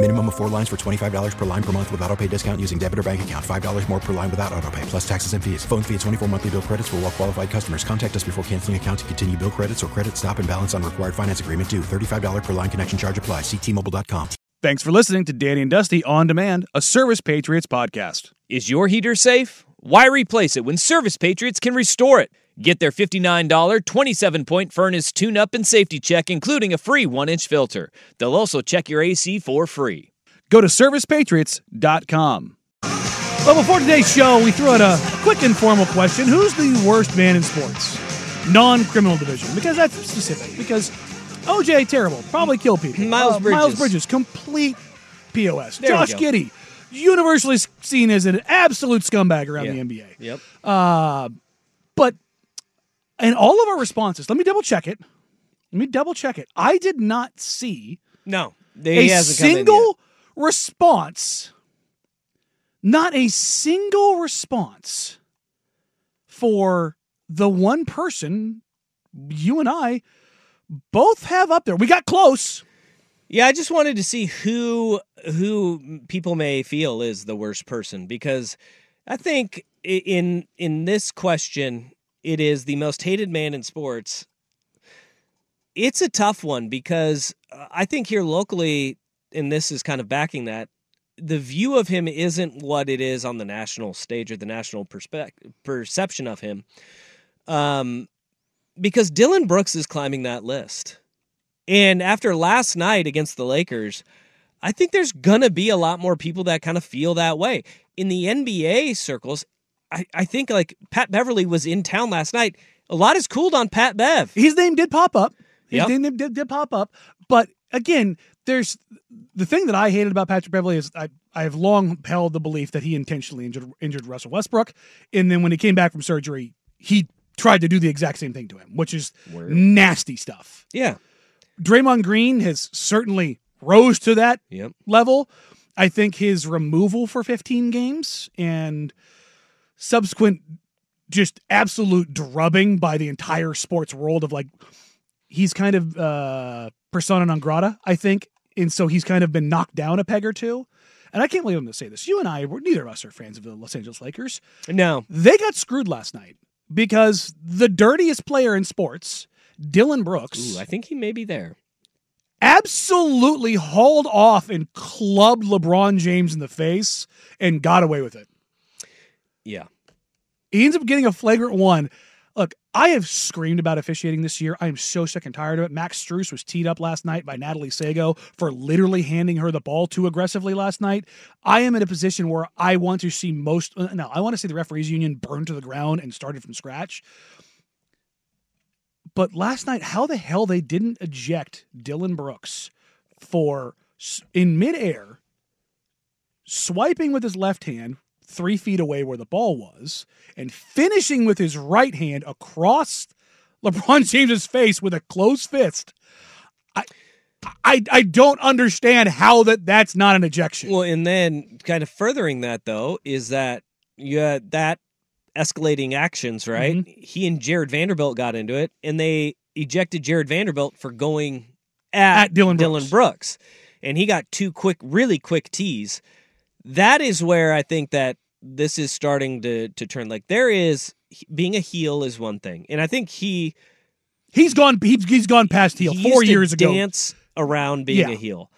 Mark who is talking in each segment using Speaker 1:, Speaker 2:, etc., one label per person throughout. Speaker 1: Minimum of four lines for $25 per line per month with auto pay discount using debit or bank account. $5 more per line without auto pay, plus taxes and fees. Phone fee at 24 monthly bill credits for all well qualified customers. Contact us before canceling account to continue bill credits or credit stop and balance on required finance agreement due. $35 per line connection charge apply. Ctmobile.com.
Speaker 2: Thanks for listening to Danny and Dusty On Demand, a Service Patriots podcast.
Speaker 3: Is your heater safe? Why replace it when Service Patriots can restore it? Get their $59 27 point furnace tune up and safety check, including a free 1 inch filter. They'll also check your AC for free.
Speaker 2: Go to servicepatriots.com. Well, before today's show, we threw out a quick informal question Who's the worst man in sports? Non criminal division, because that's specific. Because OJ, terrible, probably kill people.
Speaker 3: Miles
Speaker 2: Uh,
Speaker 3: Bridges.
Speaker 2: Miles Bridges, complete POS.
Speaker 3: There we
Speaker 2: Josh
Speaker 3: go.
Speaker 2: Giddy, universally seen as an absolute scumbag around the NBA.
Speaker 3: Yep.
Speaker 2: Uh, But in all of our responses, let me double check it. Let me double check it. I did not see
Speaker 3: No. He
Speaker 2: a
Speaker 3: hasn't come in yet.
Speaker 2: single response. Not a single response for the one person you and I both have up there. We got close.
Speaker 3: Yeah, I just wanted to see who who people may feel is the worst person because I think i- in in this question it is the most hated man in sports. It's a tough one because uh, I think here locally and this is kind of backing that the view of him isn't what it is on the national stage or the national perspective perception of him. Um because Dylan Brooks is climbing that list. And after last night against the Lakers, I think there's going to be a lot more people that kind of feel that way. In the NBA circles, I, I think like Pat Beverly was in town last night. A lot is cooled on Pat Bev.
Speaker 2: His name did pop up. His
Speaker 3: Yep.
Speaker 2: name did, did pop up. But again, there's the thing that I hated about Patrick Beverly is I I have long held the belief that he intentionally injured injured Russell Westbrook, and then when he came back from surgery, he tried to do the exact same thing to him, which is nasty stuff.
Speaker 3: Yeah.
Speaker 2: Draymond Green has certainly rose to that
Speaker 3: Yep.
Speaker 2: level. I think his removal for 15 games and subsequent just absolute drubbing by the entire sports world of like he's kind of uh persona non grata, I think. And so he's kind of been knocked down a peg or two. And I can't believe I'm going to say this. You and I, we're, neither of us are fans of the Los Angeles Lakers
Speaker 3: No.
Speaker 2: they got screwed last night because the dirtiest player in sports, Dylan Brooks,
Speaker 3: Ooh, I think he may be there.
Speaker 2: absolutely hauled off and clubbed LeBron James in the face and got away with it.
Speaker 3: Yeah.
Speaker 2: He ends up getting a flagrant one. Look, I have screamed about officiating this year. I am so sick and tired of it. Max Struess was teed up last night by Natalie Sago for literally handing her the ball too aggressively last night. I am in a position where I want to see most, uh, no, I want to see the referees union burned to the ground and started from scratch. But last night, how the hell they didn't eject Dylan Brooks for s- in midair swiping with his left hand three feet away where the ball was and finishing with his right hand across LeBron James's face with a closed fist. I, I, I don't understand how that that's not an ejection.
Speaker 3: Well, and then kind of furthering that though is that you had that escalating actions, right? He and Jared Vanderbilt got into it, and they ejected Jared Vanderbilt for going at,
Speaker 2: At Dylan Brooks.
Speaker 3: Dylan Brooks, and he got two quick, really quick tees. That is where I think that this is starting to to turn. Like there is being a heel is one thing, and I think he
Speaker 2: he's gone. He's, he's gone past heel
Speaker 3: he
Speaker 2: four
Speaker 3: used to
Speaker 2: years ago.
Speaker 3: Dance around being
Speaker 2: Yeah.
Speaker 3: a heel.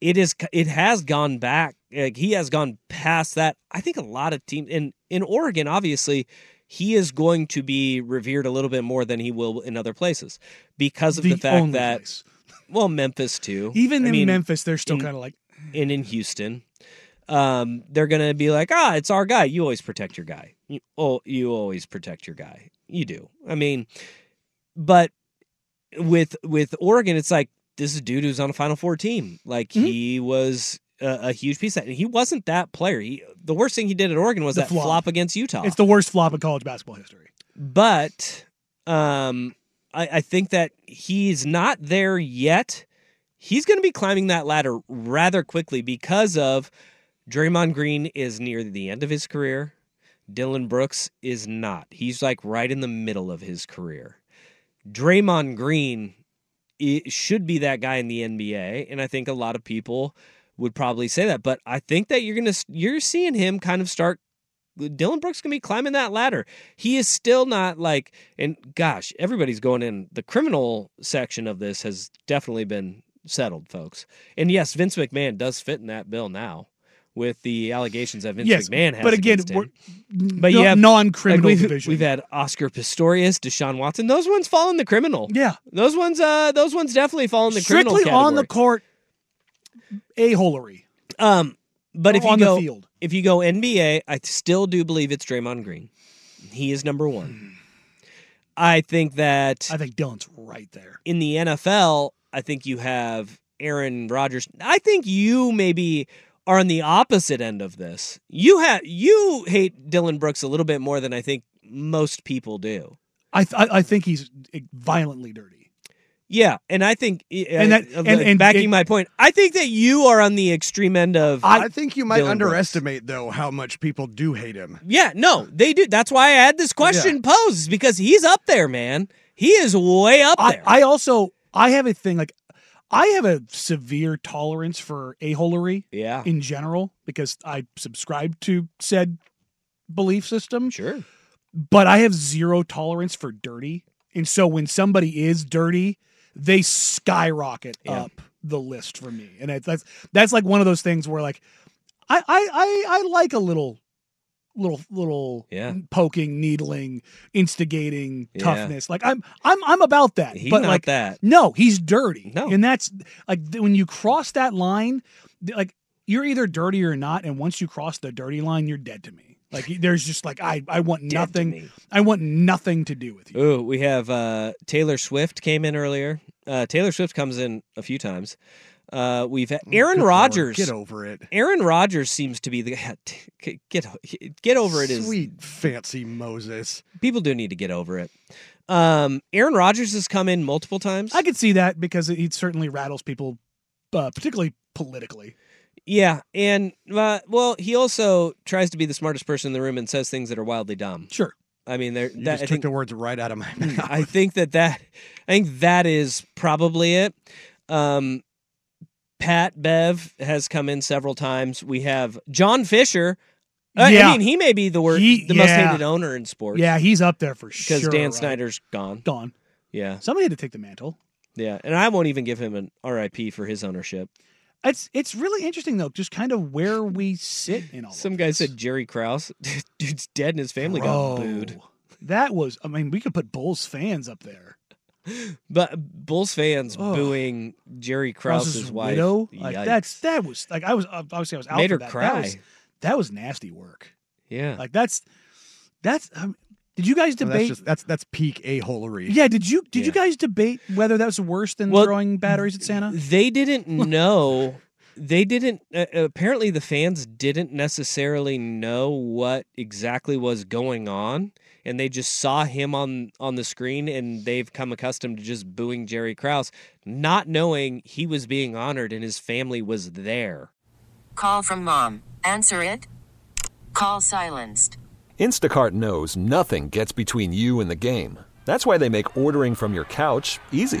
Speaker 3: It is. It has gone back. Like he has gone past that. I think a lot of teams in in Oregon, obviously, he is going to be revered a little bit more than he will in other places because of
Speaker 2: The
Speaker 3: the, fact
Speaker 2: only
Speaker 3: that
Speaker 2: place.
Speaker 3: well, Memphis too.
Speaker 2: Even
Speaker 3: I
Speaker 2: in
Speaker 3: mean,
Speaker 2: Memphis, they're still
Speaker 3: in-
Speaker 2: kind of like,
Speaker 3: and in Houston, um, they're gonna be like, ah, it's our guy. You always protect your guy. You, oh, you always protect your guy. You do. I mean, but with with Oregon, it's like this is a dude who's on a Final Four team. Like
Speaker 2: Mm-hmm.
Speaker 3: he was a, a huge piece. Of that. He wasn't that player. He, the worst thing he did at Oregon was
Speaker 2: The
Speaker 3: that
Speaker 2: flop.
Speaker 3: flop. against Utah.
Speaker 2: it's the worst flop in college basketball history.
Speaker 3: but um, I, I think that he's not there yet. He's going to be climbing that ladder rather quickly because of Draymond Green is near the end of his career. Dylan Brooks is not. He's like right in the middle of his career. Draymond Green i should be that guy in the NBA, and I think a lot of people would probably say that. But I think that you're gonna you're seeing him kind of start. Dylan Brooks gonna be climbing that ladder. He is still not like, and gosh, everybody's going in. The criminal section of this has definitely been settled, folks. And yes, Vince McMahon does fit in that bill now with the allegations that Vince
Speaker 2: yes,
Speaker 3: McMahon has.
Speaker 2: but again,
Speaker 3: against him.
Speaker 2: we're,
Speaker 3: But
Speaker 2: but
Speaker 3: you have-
Speaker 2: non-criminal
Speaker 3: Like, we've,
Speaker 2: division.
Speaker 3: We've had Oscar Pistorius, Deshaun Watson. Those ones fall in the criminal.
Speaker 2: yeah,
Speaker 3: Those ones, uh, those ones definitely fall in the criminal
Speaker 2: strictly on the
Speaker 3: category.
Speaker 2: court, a holery.
Speaker 3: um, but if you
Speaker 2: Oh, on
Speaker 3: go,
Speaker 2: the field,
Speaker 3: if you go NBA, I still do believe it's Draymond Green. He is number one. I think that
Speaker 2: Hmm. I think Dylan's right there.
Speaker 3: in the NFL, I think you have Aaron Rodgers. I think you maybe are on the opposite end of this. You have you hate Dylan Brooks a little bit more than I think most people do.
Speaker 2: I th- I, I think he's violently dirty.
Speaker 3: Yeah, and I think
Speaker 2: And
Speaker 3: and,
Speaker 2: that- and- and-
Speaker 3: backing
Speaker 2: and-
Speaker 3: my point, I think that you are on the extreme end of
Speaker 4: I, think you might
Speaker 3: Dylan
Speaker 4: underestimate though how much people do hate him.
Speaker 3: yeah. No, they do. That's why I had this question posed because he's up there, man. He is way up
Speaker 2: I,
Speaker 3: there.
Speaker 2: I also I have a thing like I have a severe tolerance for a holery
Speaker 3: yeah,
Speaker 2: in general because I subscribe to said belief system,
Speaker 3: sure.
Speaker 2: but I have zero tolerance for dirty. And so when somebody is dirty, they skyrocket
Speaker 3: Yeah.
Speaker 2: up the list for me. And it, that's that's like one of those things where like I I I, I like a little little little
Speaker 3: Yeah.
Speaker 2: poking, needling, instigating
Speaker 3: Yeah.
Speaker 2: toughness. Like I'm I'm I'm about that.
Speaker 3: He's
Speaker 2: but
Speaker 3: not
Speaker 2: like
Speaker 3: that.
Speaker 2: no, he's dirty.
Speaker 3: No.
Speaker 2: And that's like th- when you cross that line, th- like you're either dirty or not. And once you cross the dirty line, you're dead to me. Like y- there's just like I I want
Speaker 3: to
Speaker 2: nothing.
Speaker 3: me.
Speaker 2: I want nothing to do with you.
Speaker 3: Ooh, we have uh, Taylor Swift came in earlier. Uh, Taylor Swift comes in a few times. Uh, we've had
Speaker 4: Mm,
Speaker 3: Aaron
Speaker 4: Good Lord,
Speaker 3: Rodgers.
Speaker 4: Get over it.
Speaker 3: Aaron Rodgers seems to be the get get over it is
Speaker 4: Sweet fancy Moses.
Speaker 3: people do need to get over it. Um, Aaron Rodgers has come in multiple times.
Speaker 2: I could see that because it, it certainly rattles people, uh, particularly politically.
Speaker 3: yeah, and uh, well, he also tries to be the smartest person in the room and says things that are wildly dumb.
Speaker 2: Sure.
Speaker 3: I mean, there.
Speaker 4: You
Speaker 3: That,
Speaker 4: just
Speaker 3: I
Speaker 4: took
Speaker 3: think
Speaker 4: the words right out of my mouth.
Speaker 3: I think that that I think that is probably it. Um, Pat Bev has come in several times. We have John Fisher. Uh, I-
Speaker 2: Yeah.
Speaker 3: I mean, he may be the worst,
Speaker 2: He-
Speaker 3: the most
Speaker 2: yeah.
Speaker 3: hated owner in sports.
Speaker 2: Yeah, he's up there for sure.
Speaker 3: because Dan
Speaker 2: right?
Speaker 3: Snyder's gone.
Speaker 2: gone.
Speaker 3: Yeah,
Speaker 2: Somebody had to take the mantle.
Speaker 3: yeah, and I won't even give him an RIP for his ownership.
Speaker 2: It's it's really interesting though, just kind of where we sit in all. of
Speaker 3: Some guy
Speaker 2: this.
Speaker 3: said Jerry Krause. Dude's dead, and his family
Speaker 2: Bro,
Speaker 3: got booed.
Speaker 2: That was, I mean, we could put Bulls fans up there.
Speaker 3: But Bulls fans
Speaker 2: Ugh.
Speaker 3: booing Jerry Krause's
Speaker 2: Krause's
Speaker 3: wife.
Speaker 2: widow, like
Speaker 3: Yikes.
Speaker 2: that's that was like I was obviously I was out
Speaker 3: made
Speaker 2: for
Speaker 3: her
Speaker 2: that.
Speaker 3: cry.
Speaker 2: That was, that was nasty work.
Speaker 3: yeah,
Speaker 2: Like that's that's. Um, did you guys
Speaker 4: No, that's
Speaker 2: debate?
Speaker 4: just that's that's peak a holery.
Speaker 2: yeah. Did you did you
Speaker 3: Yeah.
Speaker 2: guys debate whether that was worse than
Speaker 3: Well,
Speaker 2: throwing batteries at Santa?
Speaker 3: They didn't know. They didn't. Uh, apparently, the fans didn't necessarily know what exactly was going on, and they just saw him on on the screen, and they've come accustomed to just booing Jerry Krause, not knowing he was being honored and his family was there.
Speaker 5: Call from mom. Answer it. Call silenced.
Speaker 6: Instacart knows nothing gets between you and the game. That's why they make ordering from your couch easy.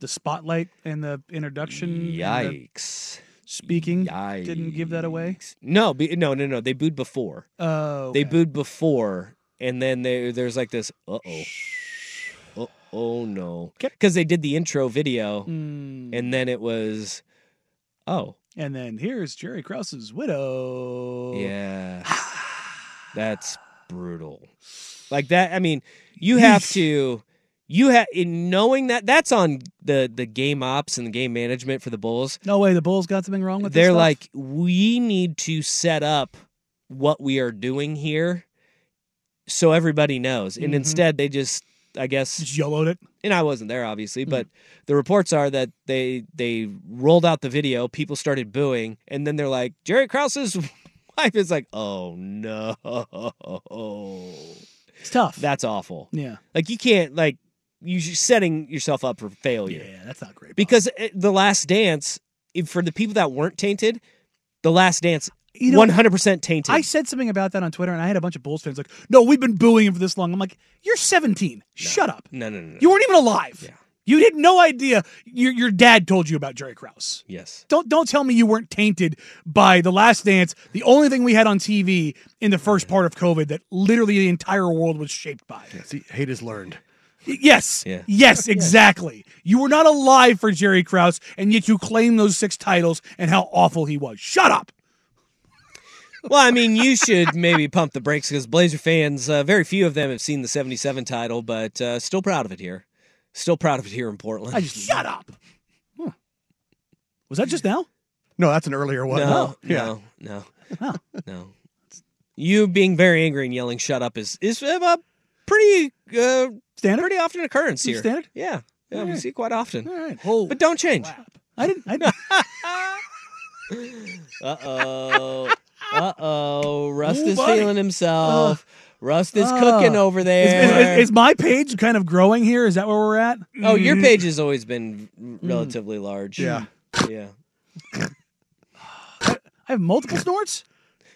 Speaker 2: The spotlight and the introduction. and the
Speaker 3: Yikes.
Speaker 2: Speaking didn't give that away.
Speaker 3: No, be, no, no, no. They booed before.
Speaker 2: Oh,
Speaker 3: They booed before, and then they, there's like this, uh oh. Oh, oh no. Because they did the intro video, and then it was, oh,
Speaker 2: And then here's Jerry Krause's widow.
Speaker 3: yeah. That's brutal. Like that, I mean, you have to. You have in knowing that that's on the the game ops and the game management for the Bulls.
Speaker 2: No way, the Bulls got something wrong with. this
Speaker 3: they're
Speaker 2: stuff?
Speaker 3: like we need to set up what we are doing here so everybody knows
Speaker 2: Mm-hmm.
Speaker 3: and instead they just i guess
Speaker 2: just yellowed it.
Speaker 3: and i wasn't there obviously
Speaker 2: Mm-hmm.
Speaker 3: but the reports are that they they rolled out the video people started booing and then they're like jerry krause's wife is like oh no
Speaker 2: It's tough.
Speaker 3: that's awful
Speaker 2: yeah,
Speaker 3: like you can't like you're setting yourself up for failure
Speaker 2: yeah, that's not great.
Speaker 3: because it- the last dance if- for the people that weren't tainted the last dance
Speaker 2: You know,
Speaker 3: 100% tainted
Speaker 2: I said something about that on Twitter, and I had a bunch of Bulls fans like, "No, we've been booing him for this long." I'm like, "You're 17. Shut up.
Speaker 3: no no no, no.
Speaker 2: You weren't even alive. You had no idea. Your your dad told you about Jerry Krause.
Speaker 3: yes
Speaker 2: Don't don't tell me you weren't tainted by The Last Dance, the only thing we had on TV in the first part of COVID that literally the entire world was shaped by.
Speaker 4: See, hate is learned.
Speaker 2: Yes.
Speaker 3: Yeah.
Speaker 2: Yes, exactly. You were not alive for Jerry Krause, and yet you claim those six titles and how awful he was. Shut up.
Speaker 3: well i mean you should maybe pump the brakes because blazer fans uh, very few of them have seen the 77 title but uh, still proud of it here still proud of it here in portland
Speaker 2: I just shut up. Huh. Was that just now?
Speaker 4: No, that's an earlier one.
Speaker 3: no,
Speaker 4: yeah.
Speaker 3: no no no you being very angry and yelling shut up is is uh, pretty uh,
Speaker 2: Standard?
Speaker 3: pretty often occurrence here
Speaker 2: Standard?
Speaker 3: yeah yeah, we
Speaker 2: Alright.
Speaker 3: see it quite often Oh.
Speaker 2: All right. Whoa.
Speaker 3: but don't change
Speaker 2: I didn't. I didn't.
Speaker 3: Uh oh. Uh oh. Rust
Speaker 2: Ooh,
Speaker 3: is
Speaker 2: buddy.
Speaker 3: feeling himself. Rust is
Speaker 2: uh,
Speaker 3: cooking over
Speaker 2: is,
Speaker 3: there.
Speaker 2: is- is my page kind of growing here? Is that where we're at?
Speaker 3: oh, your
Speaker 2: Mm-hmm.
Speaker 3: page has always been
Speaker 2: Mm.
Speaker 3: relatively large.
Speaker 4: Yeah.
Speaker 3: Yeah.
Speaker 2: I have multiple snorts.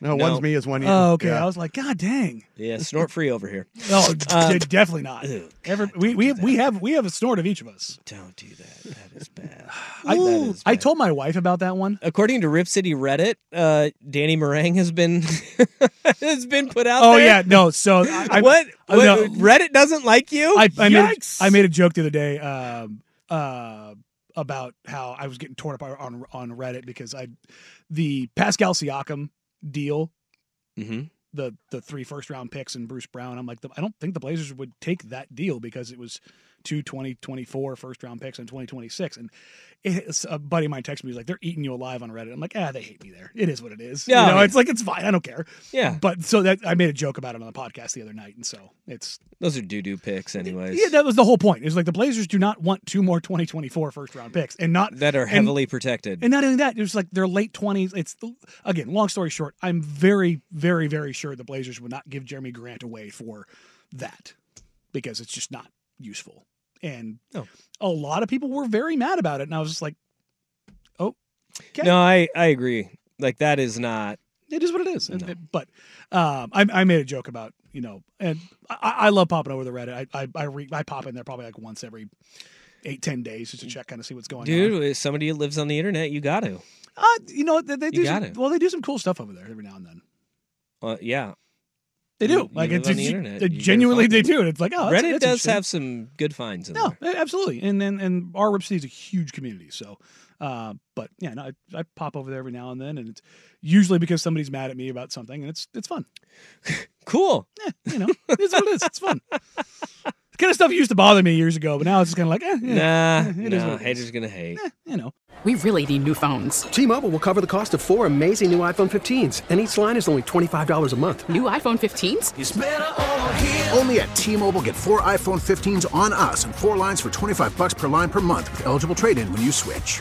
Speaker 4: No,
Speaker 3: No.
Speaker 4: one's me is one you.
Speaker 2: Oh, okay.
Speaker 4: Yeah.
Speaker 2: I was like, God dang. uh,
Speaker 3: Yeah. Snort free over here.
Speaker 2: No, Oh, d- definitely not. Ever, we we we have we have a snort of each of us.
Speaker 3: Don't do that. That is bad.
Speaker 2: I,
Speaker 3: That is
Speaker 2: I
Speaker 3: bad.
Speaker 2: told my wife about that one.
Speaker 3: According to Rip City Reddit, uh, Danny Meringue has been has been put out.
Speaker 2: Oh
Speaker 3: there.
Speaker 2: yeah, no. So I, I-
Speaker 3: what?
Speaker 2: I-
Speaker 3: what?
Speaker 2: no,
Speaker 3: Reddit doesn't like you.
Speaker 2: I, I made
Speaker 3: Yikes!
Speaker 2: I made a joke the other day um, uh, about how I was getting torn up on on Reddit because I the Pascal Siakam deal
Speaker 3: Mhm.
Speaker 2: the the three first round picks and Bruce Brown. I'm like, the, I don't think the Blazers would take that deal because it was two 2024 first round picks and 2026. And it's, a buddy of mine texted me, he's like, they're eating you alive on Reddit. I'm like, ah, they hate me there. It is what it is.
Speaker 3: Yeah.
Speaker 2: You know, it's like, it's fine. I don't care.
Speaker 3: Yeah.
Speaker 2: But so that I made a joke about it on the podcast the other night. And so it's,
Speaker 3: Those are doo doo picks, anyways.
Speaker 2: yeah, that was the whole point. It's like the Blazers do not want two more 2024 first round picks and not
Speaker 3: that are
Speaker 2: and-
Speaker 3: heavily protected.
Speaker 2: and not only that, it was like their late twenties. It's again, long story short, I'm very, very, very sure the Blazers would not give Jeremy Grant away for that because it's just not useful and a lot of people were very mad about it. And I was just like, oh, okay.
Speaker 3: No, I I agree. Like that is not.
Speaker 2: it is what it is. And- and- but um, I, I made a joke about you know, and I, I love popping over the Reddit. I I I, re, I pop in there probably like once every eight ten days just to check kind of see what's going on.
Speaker 3: Dude, if somebody who lives on the internet, you got to.
Speaker 2: Uh, you know they, they do
Speaker 3: You
Speaker 2: some,
Speaker 3: gotta.
Speaker 2: well they do some cool stuff over there every now and then.
Speaker 3: Uh, yeah.
Speaker 2: They do.
Speaker 3: You- you
Speaker 2: like
Speaker 3: live
Speaker 2: it's
Speaker 3: on the
Speaker 2: it's-
Speaker 3: internet,
Speaker 2: they
Speaker 3: you gotta
Speaker 2: genuinely
Speaker 3: find
Speaker 2: they
Speaker 3: it.
Speaker 2: do. And it's like oh, that's,
Speaker 3: Reddit
Speaker 2: that's
Speaker 3: does
Speaker 2: interesting.
Speaker 3: have some good finds in
Speaker 2: No,
Speaker 3: there.
Speaker 2: a- absolutely. And then and our Rip City is a huge community. So, uh, but yeah, no, I, I pop over there every now and then, and it's usually because somebody's mad at me about something, and it's it's fun.
Speaker 3: Cool.
Speaker 2: Yeah, you know, it's what it is. It's fun. The kind of stuff used to bother me years ago, but now it's just kind of like, eh, yeah,
Speaker 3: Nah,
Speaker 2: eh, it is
Speaker 3: nah,
Speaker 2: what it is.
Speaker 3: haters gonna hate.
Speaker 2: you know.
Speaker 7: We really need new phones. T-Mobile will cover the cost of four amazing new iPhone 15s, and each line is only $25 a month.
Speaker 8: New iPhone 15s?
Speaker 9: Only at T-Mobile, get four iPhone 15s on us and four lines for 25 bucks per line per month with eligible trade-in when you switch.